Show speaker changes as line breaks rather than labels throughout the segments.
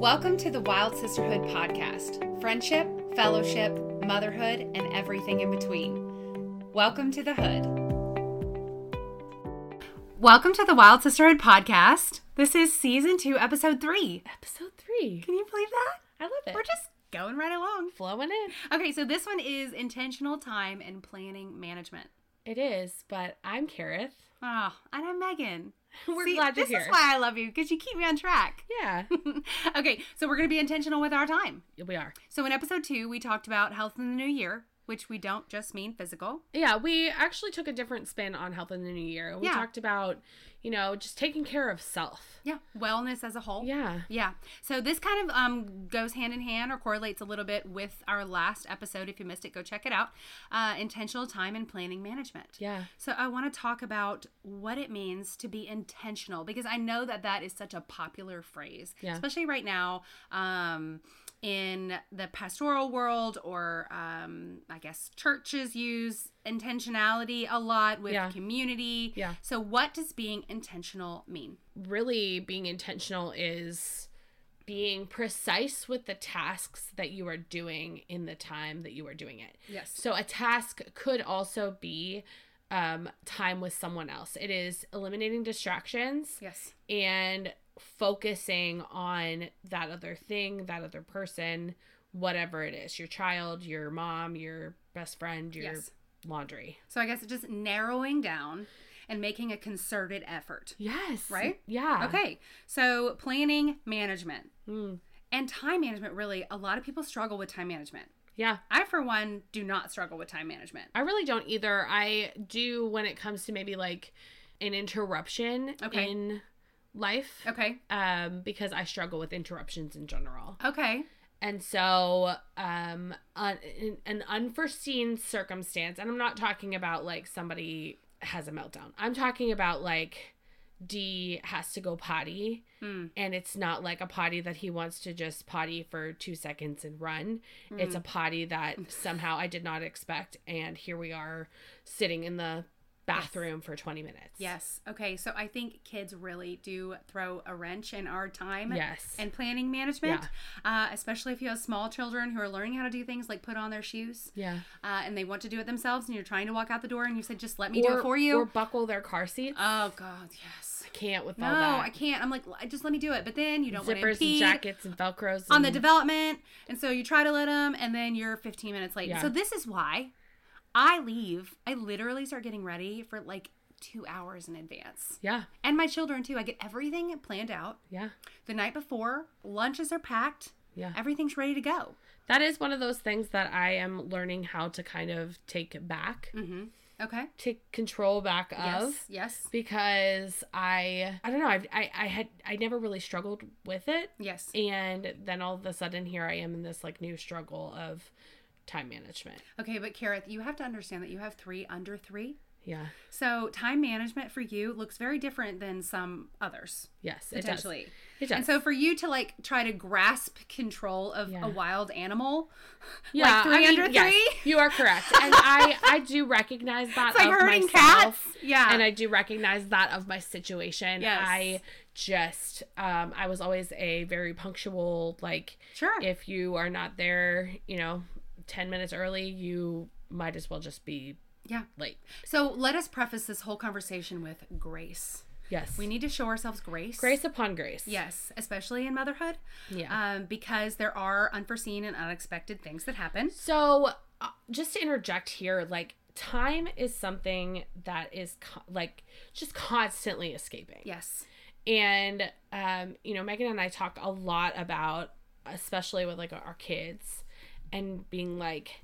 Welcome to the Wild Sisterhood podcast friendship, fellowship, motherhood, and everything in between. Welcome to the hood. Welcome to the Wild Sisterhood podcast. This is season two, episode three.
Episode three.
Can you believe that?
I love it.
We're just going right along.
flowing in.
Okay, so this one is intentional time and planning management.
It is, but I'm Kareth.
Oh, and I'm Megan.
We're
See,
glad you're
this
here.
is why I love you because you keep me on track.
Yeah,
okay, so we're going to be intentional with our time.
we are.
So in episode two, we talked about health in the new year, which we don't just mean physical.
Yeah, we actually took a different spin on health in the new year. We
Yeah.
talked about, you know, just taking care of self.
Yeah. Wellness as a whole.
Yeah.
Yeah. So this kind of um, goes hand in hand or correlates a little bit with our last episode. If you missed it, go check it out. Uh, intentional time and planning management.
Yeah.
So I want to talk about what it means to be intentional because I know that that is such a popular phrase,
Yeah.
especially right now um, in the pastoral world or um, I guess churches use intentionality a lot with
Yeah.
community.
Yeah.
So what does being intentional mean?
Really being intentional is being precise with the tasks that you are doing in the time that you are doing it.
Yes.
So a task could also be um, time with someone else. It is eliminating distractions.
Yes.
and focusing on that other thing, that other person, whatever it is your child, your mom, your best friend, your
Yes.
laundry.
So I guess it's just narrowing down and making a concerted effort.
Yes.
Right?
Yeah.
Okay. So planning management
Mm.
and time management really a lot of people struggle with time management.
Yeah.
I for one do not struggle with time management.
I really don't either. I do when it comes to maybe like an interruption
Okay.
in life.
Okay.
Um, because I struggle with interruptions in general.
Okay.
And so, um, un- an- an unforeseen circumstance, and I'm not talking about like somebody has a meltdown. I'm talking about like D has to go potty,
Hmm.
and it's not like a potty that he wants to just potty for two seconds and run. It's a
Mm.
potty that somehow I did not expect, and here we are sitting in the bathroom for 20 minutes.
Yes. Okay. So I think kids really do throw a wrench in our time
Yes.
and planning management, uh, especially if you have small children who are learning how to do things like put on their shoes
yeah.
uh, and they want to do it themselves and you're trying to walk out the door and you said, just let me do it
Or-
for you.
Or buckle their car seats.
oh, God. Yes.
Can't with
No,
all that.
I can't. I'm like, "L- just let me do it. But then you don't want to
zippers and
impede
jackets and velcros
on the
and-
development, and so you try to let them, and then you're 15 minutes late.
Yeah.
So this is why I leave. I literally start getting ready for like two hours in advance,
yeah
and my children too. I get everything planned out
yeah
the night before. Lunches are packed.
yeah
Everything's ready to go.
that is one of those things that i am learning how to kind of take back
Mm-hmm. Okay.
take control back of
Yes. Yes.
because i i don't know I've, i i had i never really struggled with it
Yes.
and then all of a sudden here i am in this like new struggle of time management
Okay, but Kareth, you have to understand that you have three under three.
yeah
So time management for you looks very different than some others.
yes it does
potentially.
it does
And so for you to like try to grasp control of
Yeah.
a wild animal,
yeah
like three
I mean,
under
yes,
three?
you are correct and i i do recognize that
it's like
of
herding
myself.
cats. Yeah.
and I do recognize that of my situation.
Yes.
I just um I was always a very punctual like
sure.
if you are not there, you know, 10 minutes early, you might as well just be
yeah.
late.
So let us preface this whole conversation with grace.
Yes.
We need to show ourselves grace.
grace upon grace.
Yes, especially in motherhood,
Yeah.
um, because there are unforeseen and unexpected things that happen.
So, uh, just to interject here, like time is something that is co- like just constantly escaping.
Yes.
and um, you know megan and i talk a lot about especially with like our kids and being like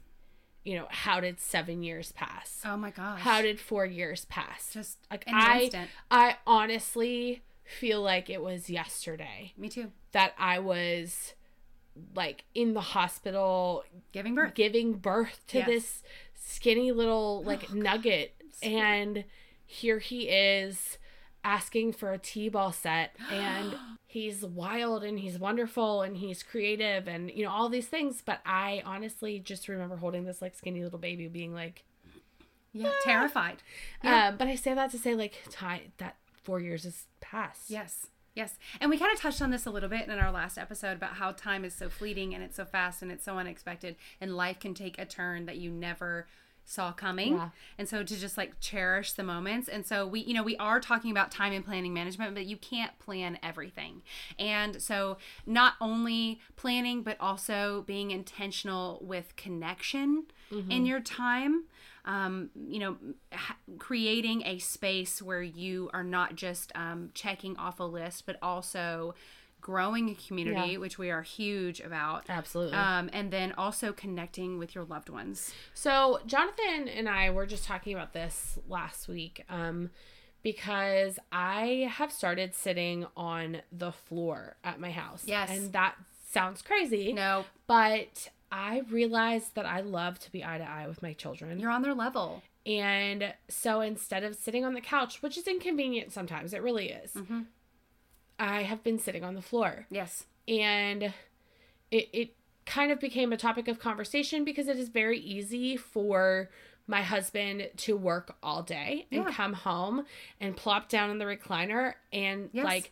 you know how did seven years pass
Oh my gosh.
how did four years pass
just
like
in an
i
instant.
i honestly feel like it was yesterday
Me too.
that i was like in the hospital
Giving birth.
giving birth to
Yes.
this skinny little like nugget and here he is asking for a t-ball set and he's wild and he's wonderful and he's creative and you know all these things but i honestly just remember holding this like skinny little baby being like
Yeah. Terrified.
um but i say that to say like time that four years has passed
Yes. Yes. And we kind of touched on this a little bit in our last episode about how time is so fleeting and it's so fast and it's so unexpected and life can take a turn that you never saw coming.
Yeah.
And so to just like cherish the moments. And so we, you know, we are talking about time and planning management, but you can't plan everything. And so not only planning, but also being intentional with connection
Mm-hmm.
in your time. Um, you know, ha- creating a space where you are not just um, checking off a list, but also growing a community,
Yeah.
which we are huge about.
Absolutely.
Um, and then also connecting with your loved ones.
So Jonathan and I were just talking about this last week, um, because I have started sitting on the floor at my house.
Yes.
and that sounds crazy.
No,
but I realized that I love to be eye to eye with my children,
you're on their level.
and so instead of sitting on the couch, which is inconvenient sometimes, it really is.
Mhm.
I have been sitting on the floor
Yes.
and it, it kind of became a topic of conversation because it is very easy for my husband to work all day and
Yeah.
come home and plop down in the recliner and
Yes.
like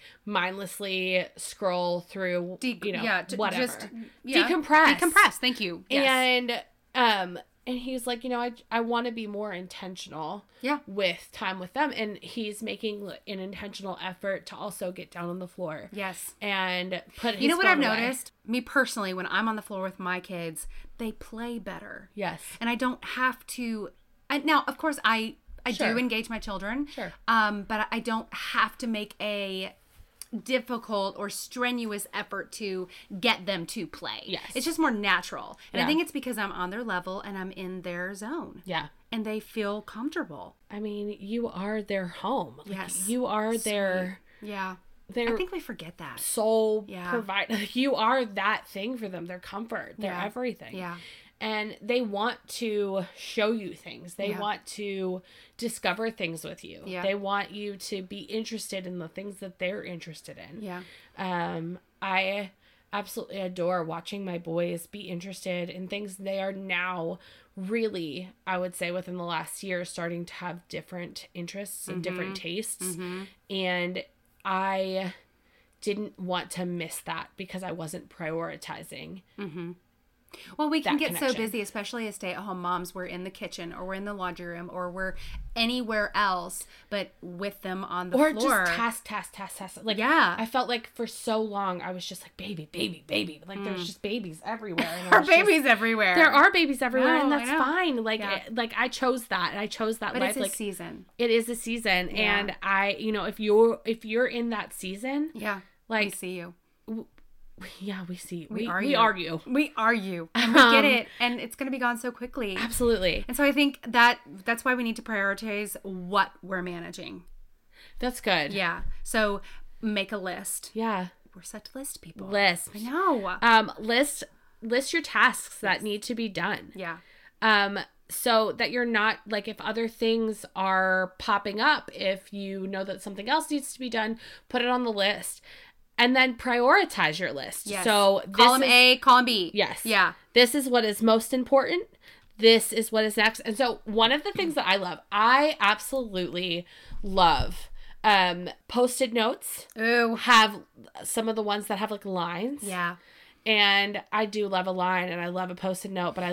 mindlessly scroll through
De-
you know
yeah, d-
whatever
just yeah.
decompress
decompress. Thank you. Yes.
and um and he's like you know I I want to be more intentional
yeah.
with time with them and he's making like, an intentional effort to also get down on the floor
Yes.
and put his
You know what I've
phone away.
noticed? Me personally, when I'm on the floor with my kids, they play better.
Yes.
and I don't have to. I, now, of course, I I
Sure.
do engage my children.
Sure.
Um, but I don't have to make a difficult or strenuous effort to get them to play.
Yes.
It's just more natural, and
Yeah.
I think it's because I'm on their level and I'm in their zone,
Yeah.
and they feel comfortable.
I mean, you are their home. Like,
Yes.
You are their
Yeah.
their
I think we forget that.
sole
Yeah.
provider. Like, you are that thing for them. Their comfort. Their
Yeah.
everything.
Yeah.
And they want to show you things. They
Yeah.
want to discover things with you.
Yeah.
They want you to be interested in the things that they're interested in.
Yeah.
Um, I absolutely adore watching my boys be interested in things they are now really, I would say, within the last year, starting to have different interests and different tastes. And I didn't want to miss that because I wasn't prioritizing.
Well, we can
that
get so
connection.
busy, especially as stay at home moms. We're in the kitchen or we're in the laundry room or we're anywhere else, but with them on the
Or
floor.
just task, task, task, task. Like,
Yeah.
I felt like for so long, I was just like, baby, baby, baby. Like, there's just babies everywhere. And I
Our
was just-
babies everywhere.
There are babies everywhere, and
No, I
that's
know.
fine. Like,
Yeah.
it- like I chose that, and I chose that
but
life.
it's a
like,
season.
it is a season,
Yeah.
and I, you know, if you're if you're in that season,
Yeah. we
like,
see you.
yeah, we see, we,
are
we
you.
are you, Um,
We are you. And we get it. And it's gonna be gone so quickly.
absolutely.
And so I think that that's why we need to prioritize what we're managing.
That's good.
Yeah. So make a list.
yeah.
We're such list people.
List,
I know.
um, list, list your tasks that need to be done.
yeah.
um so that you're not like if other things are popping up if you know that something else needs to be done put it on the list and then prioritize your list
Yes.
so this
column
is,
A, column B.
yes
Yeah.
this is what is most important this is what is next and so one of the things that i love i absolutely love um post-it notes
Ooh.
have some of the ones that have like lines
Yeah.
and I do love a line and I love a post it note, but I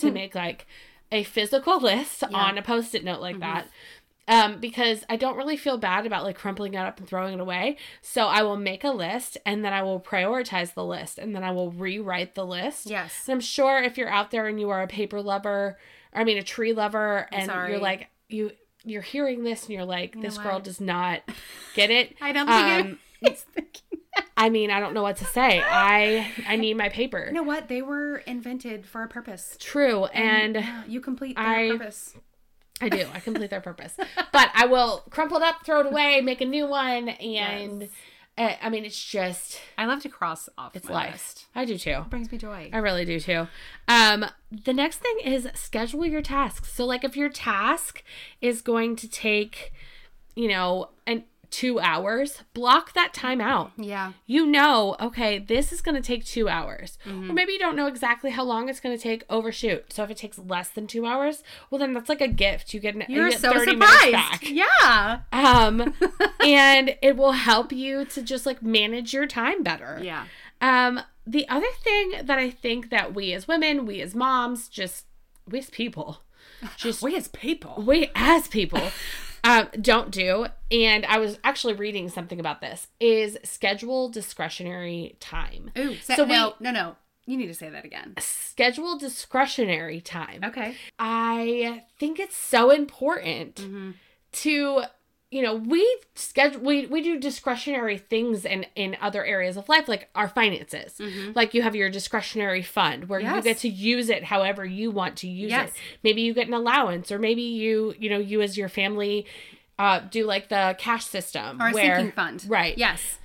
to make like a physical list on a post it note like
Mm-hmm.
that. Um, because I don't really feel bad about like crumpling it up and throwing it away. So I will make a list and then I will prioritize the list and then I will rewrite the list.
Yes.
And I'm sure if you're out there and you are a paper lover, or I mean a tree lover, and
sorry.
you're like you you're hearing this and you're like, this
what?
girl does not get it.
I don't think
Um,
it's thinking.
I mean, I don't know what to say. I I need my paper.
You know what? They were invented for a purpose.
True, and
Yeah, you complete their
I-
purpose.
I do. I complete their purpose, but I will crumple it up, throw it away, make a new one, and
Yes.
uh, I mean, it's just
I love to cross off.
it's life. I do too.
Brings me joy.
I really do too. Um, the next thing is schedule your tasks. So, like, if your task is going to take, you know, an two hours, block that time out.
Yeah.
You know, okay, this is going to take two hours.
Mm-hmm.
Or maybe you don't know exactly how long it's going to take, overshoot. So if it takes less than two hours, well, then that's like a gift. You get, an,
You're
you get
so
30 minutes
surprised.
back.
Yeah.
Um, and it will help you to just like manage your time better.
Yeah.
Um, the other thing that I think that we as women, we as moms, just we as people, just
We as people.
we as people um, don't do and i was actually reading something about this is schedule discretionary time
Ooh. So,
So we-
no, no, no. You need to say that again.
schedule discretionary time
Okay.
i think it's so important
Mhm.
to you know we schedule we, we do discretionary things in in other areas of life like our finances
Mhm.
like you have your discretionary fund where you
Yes.
get to use it however you want to use
Yes.
it maybe you get an allowance or maybe you you know you as your family uh do like the cash system
Or a
where
sinking fund.
right
Yes.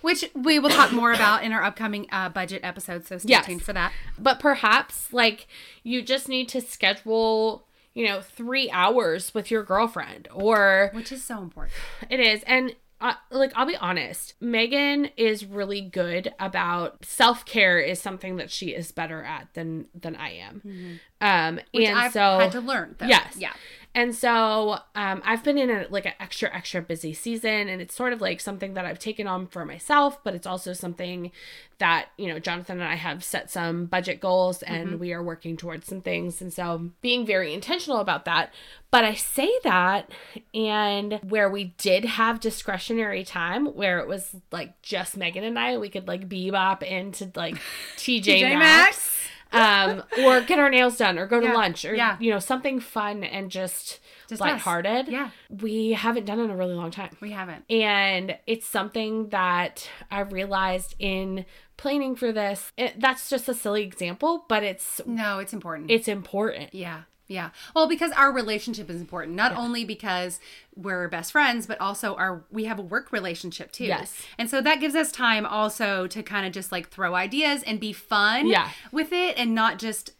Which we will talk more about in our upcoming uh, budget episode. So stay
Yes.
tuned for that.
but perhaps like you just need to schedule you know three hours with your girlfriend or
Which is so important.
It is. And uh, like, I'll be honest, Megan is really good about self care. Is something that she is better at than than I am. Um,
Mm-hmm. Which
and
I've
so
had to learn. Though.
Yes.
Yeah.
and so um, I've been in a, like an extra extra busy season, and it's sort of like something that I've taken on for myself, but it's also something that you know Jonathan and I have set some budget goals, and we are working towards some things, and so being very intentional about that. But I say that, and where we did have discretionary time, where it was like just Megan and I, we could like bebop into like TJ,
J
Maxx
Max.
um, or get our nails done or go to
Yeah,
lunch or
yeah.
you know something fun and just,
Just us.
lighthearted.
Yeah.
We haven't done in a really long time.
We haven't.
And it's something that I realized in planning for this. It, that's just a silly example, but it's
No, it's important.
it's important.
Yeah. Yeah. Well, because our relationship is important, not only because we're best friends, but also our we have a work relationship too.
Yes.
And so that gives us time also to kind of just like throw ideas and be fun
Yeah.
with it and not just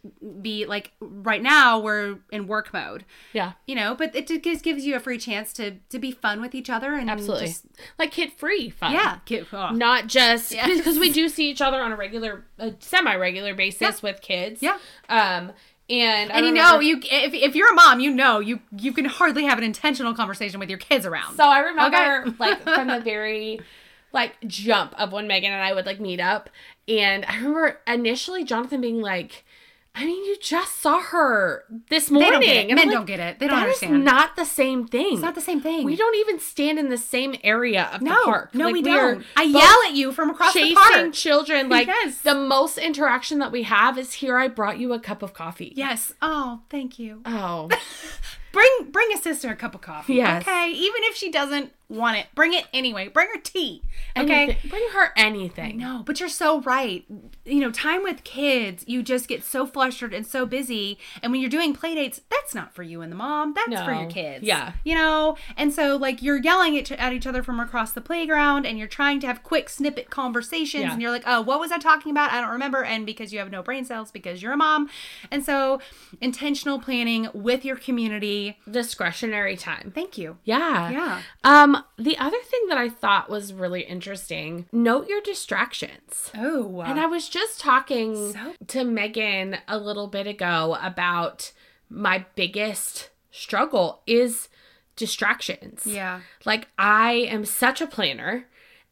be like right now we're in work mode.
Yeah.
You know, but it just gives you a free chance to to be fun with each other and
Absolutely.
just-
like kid free fun.
yeah, get, oh.
Not just
Yes.
because we do see each other on a regular, a semi-regular basis with kids.
Yeah.
Um. And I
and you
remember-
know, you if, if you're a mom, you know you you can hardly have an intentional conversation with your kids around.
So I remember
Okay.
like from the very like jump of when Megan and I would like meet up and I remember initially Jonathan being like I mean you just saw her this
they
morning.
don't get it.
And
Men
I'm
don't
like,
get it. They don't
That is
understand.
not the same thing.
It's not the same thing.
We don't even stand in the same area of
No,
the park.
no,
Like,
we
are
don't. I
both
yell at you from across the
Chasing
park.
children, like
Yes.
the most interaction that we have is here. I brought you a cup of coffee.
Yes. Oh, thank you.
Oh,
Bring bring a sister a cup of coffee.
Yes.
Okay. Even if she doesn't want it, bring it anyway. Bring her tea. Okay.
okay. Bring her anything.
No, but you're so right. You know, time with kids, you just get so flustered and so busy. And when you're doing play dates, that's not for you and the mom. That's for your
No.
kids.
Yeah.
You know? And so, like, you're yelling at, at each other from across the playground and you're trying to have quick snippet conversations.
Yeah.
And you're like, oh, what was I talking about? I don't remember. And because you have no brain cells, because you're a mom. And so, intentional planning with your community.
Discretionary time.
Thank you.
Yeah.
Yeah.
Um, the other thing that I thought was really interesting, note your distractions.
Oh,
And I was just talking
So-
to Megan a little bit ago about my biggest struggle is distractions.
yeah.
Like I am such a planner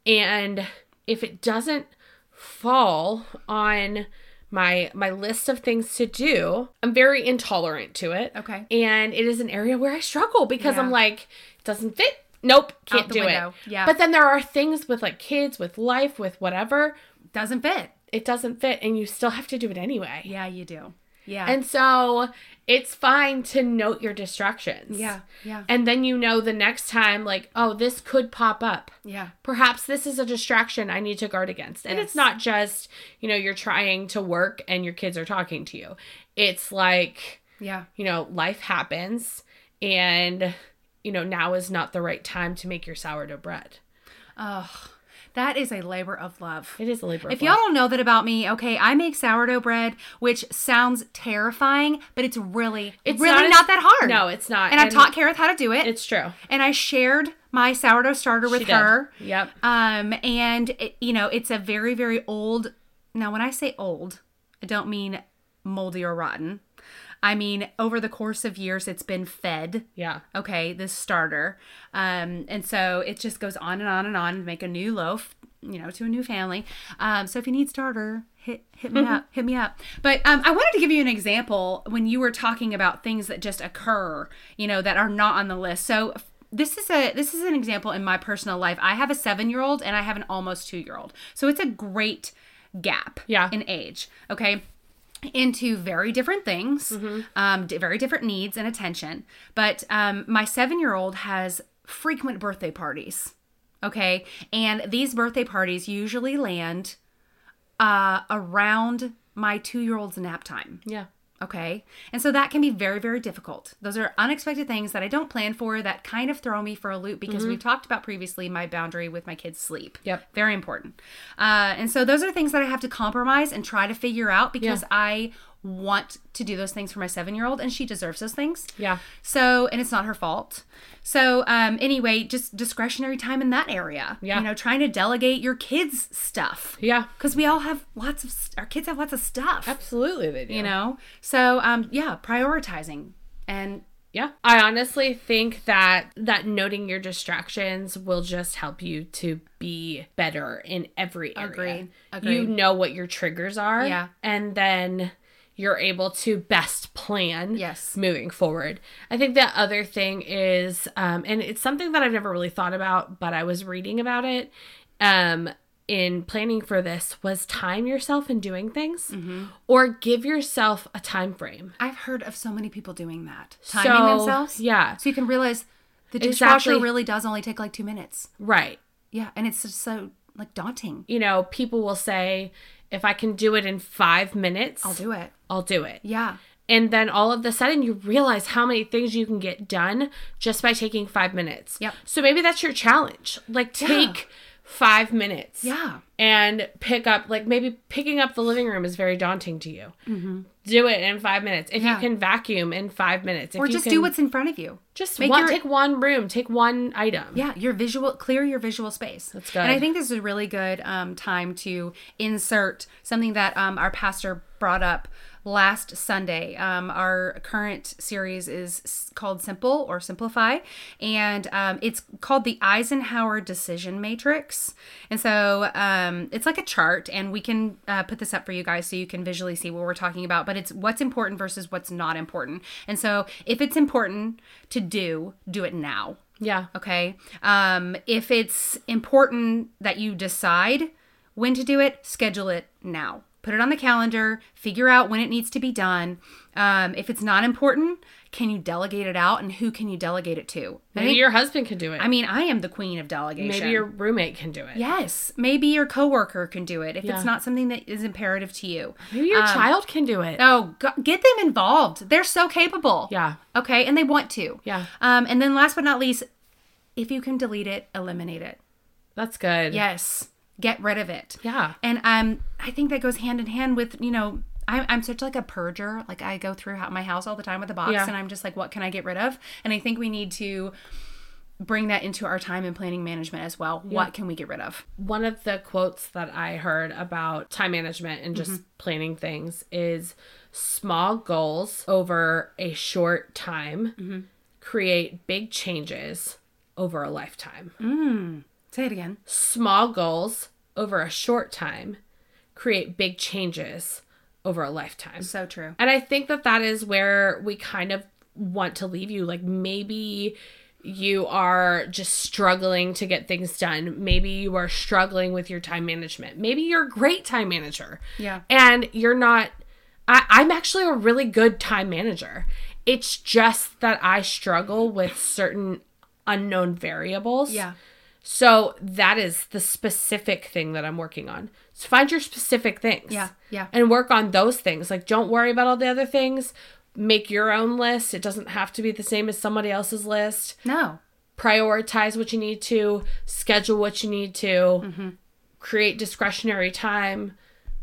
and if it doesn't fall on my my list of things to do, I'm very intolerant to it.
Okay.
And it is an area where I struggle because I'm
Yeah.
like, it doesn't fit. Nope, can't
the
do
window.
it.
Yeah.
But then there are things with like kids, with life, with whatever,
Doesn't fit.
it doesn't fit and you still have to do it anyway.
Yeah, you do. Yeah.
And so it's fine to note your distractions.
yeah. Yeah.
And then you know the next time, like, oh, this could pop up.
Yeah.
Perhaps this is a distraction I need to guard against. And it's
Yes.
not just, you know, you're trying to work and your kids are talking to you. It's like,
Yeah.
you know, life happens and you know, now is not the right time to make your sourdough bread.
Oh, That is a labor of love.
It is a labor. of
If y'all
love.
don't know that about me, okay, I make sourdough bread, which sounds terrifying, but it's really, it's really not,
as-
that hard.
No, it's not.
and, I taught Kareth how to do it,
It's true.
and I shared my sourdough starter with
She did.
her.
Yep.
Um, and it, you know, it's a very, very old. Now, when I say old, I don't mean moldy or rotten. I mean over the course of years, it's been fed.
Yeah.
Okay, this starter, um, and so it just goes on and on and on. Make a new loaf, you know, to a new family. Um, so if you need starter, hit hit me up, hit me up. But um, I wanted to give you an example when you were talking about things that just occur, you know, that are not on the list. So this is a this is an example in my personal life. I have a seven year old and I have an almost two year old. So it's a great gap
Yeah.
in age. Okay. Into very different things, um, d- very different needs and attention. But um, my seven year old has frequent birthday parties. Okay. And these birthday parties usually land uh, around my two year old's nap time.
Yeah.
Okay. And so that can be very, very difficult. Those are unexpected things that I don't plan for that kind of throw me for a loop because we've talked about previously my boundary with my kids' sleep.
Mm-hmm. Yep.
Very important. Uh, and so those are things that I have to compromise and try to figure out because I want to do those things for my seven year old and she deserves those things.
Yeah.
So, and it's not her fault. So, um, anyway, just discretionary time in that area.
Yeah.
You know, trying to delegate your kids' stuff.
Yeah.
Because we all have lots of, st- our kids have lots of stuff
Absolutely, they do.
you know so um yeah prioritizing and
Yeah. I honestly think that that noting your distractions will just help you to be better in every area.
Agreed.
You
Agreed.
know what your triggers are.
Yeah.
And then you're able to best plan
Yes.
moving forward. I think the other thing is um and it's something that I've never really thought about, but I was reading about it um in planning for this was time yourself in doing things
Mm-hmm.
or give yourself a time frame.
i've heard of so many people doing that timing
So,
themselves
Yeah.
so you can realize the dishwasher
Exactly.
really does only take like two minutes
Right.
yeah and it's just so like daunting
you know, people will say, if I can do it in five minutes,
i'll do it
I'll do it.
yeah
And then all of a sudden you realize how many things you can get done just by taking five minutes.
Yep.
So maybe that's your challenge. Like take five minutes.
yeah
And pick up, like maybe picking up the living room is very daunting to you.
mm-hmm.
Do it in five minutes. If
Yeah.
you can vacuum in five minutes, if
or
you
just
can-
do what's in front of you
just
make
one,
your-
take one room, take one item.
yeah your visual clear your visual space
That's good.
and i think this is a really good um, time to insert something that um, our pastor brought up last sunday um, our current series is s- called simple or simplify and um, it's called the eisenhower decision matrix and so um, it's like a chart and we can uh, put this up for you guys so you can visually see what we're talking about but it's what's important versus what's not important and so if it's important to do do it now
Yeah.
Okay. Um, if it's important that you decide when to do it, schedule it now. Put it on the calendar, figure out when it needs to be done. Um, if it's not important, can you delegate it out and who can you delegate it to? I,
Maybe
think-
your husband can do it.
I mean, I am the queen of delegation.
maybe your roommate can do it.
Yes, maybe your coworker can do it if
Yeah.
it's not something that is imperative to you.
Maybe your
Um,
child can do it.
Oh, go- get them involved. They're so capable.
Yeah.
Okay, and they want to.
Yeah.
Um, and then last but not least, if you can delete it, eliminate it.
That's good.
Yes, get rid of it.
Yeah.
And um, I think that goes hand in hand with you know. I'm, I'm such like a purger like i go through ho- my house all the time with a box
Yeah.
and i'm just like what can i get rid of and i think we need to bring that into our time and planning management as well what can we get rid of
One of the quotes that I heard about time management and just planning things is small goals over a short time create big changes over a lifetime.
say it again
Small goals over a short time create big changes over a lifetime.
so true
And I think that that is where we kind of want to leave you. Like maybe you are just struggling to get things done. Maybe you are struggling with your time management. Maybe you're a great time manager
yeah
and you're not. I, I'm actually a really good time manager. It's just that I struggle with certain unknown variables.
yeah
So that is the specific thing that I'm working on. So find your specific things
yeah yeah
and work on those things. Like, don't worry about all the other things. Make your own list. It doesn't have to be the same as somebody else's list.
no
Prioritize what you need to, schedule what you need to, create discretionary time,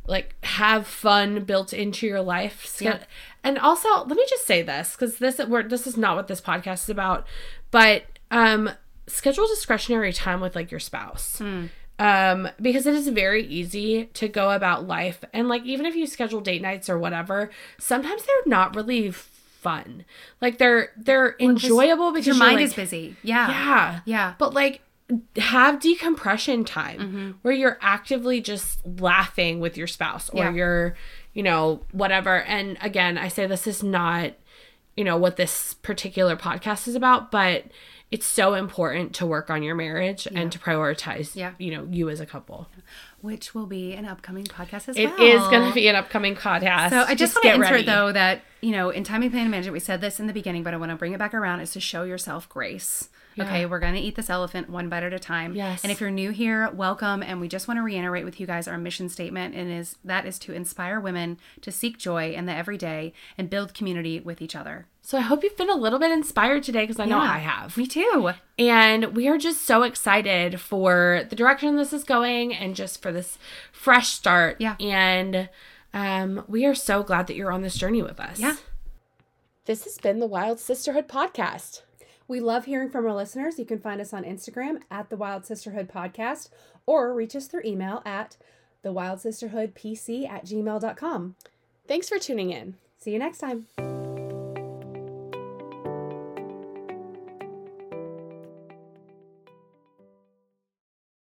like have fun built into your life. Sch-
Yeah.
And also, let me just say this because this we're, this is not what this podcast is about, but um, schedule discretionary time with like your spouse
Mm.
um because it is very easy to go about life and like even if you schedule date nights or whatever sometimes they're not really fun like they're they're enjoyable because
Your
you're
mind
like,
is busy. Yeah.
yeah
Yeah.
but like have decompression time
Mhm.
where you're actively just laughing with your spouse or
Yeah.
your you know whatever and again i say this is not you know what this particular podcast is about but it's so important to work on your marriage and to prioritize
Yeah.
you know you as a couple
Which will be an upcoming podcast as
It
well.
is going to be an upcoming podcast
So I just, want to
get
insert
ready.
though that you know in timing planning management we said this in the beginning, but I want to bring it back around is to show yourself grace. Okay,
Yeah.
we're gonna eat this elephant one bite at a time.
Yes.
And if you're new here, welcome. And we just want to reiterate with you guys our mission statement, and is that is to inspire women to seek joy in the everyday and build community with each other.
so i hope you've been a little bit inspired today because i know
Yeah.
i have
Me too.
And we are just so excited for the direction this is going and just for this fresh start.
Yeah.
And um, we are so glad that you're on this journey with us.
Yeah.
This has been the Wild Sisterhood Podcast.
We love hearing from our listeners. You can find us on Instagram at the Wild Sisterhood Podcast or reach us through email at thewildsisisterhoodpc at gmail.com.
Thanks for tuning in.
See you next time.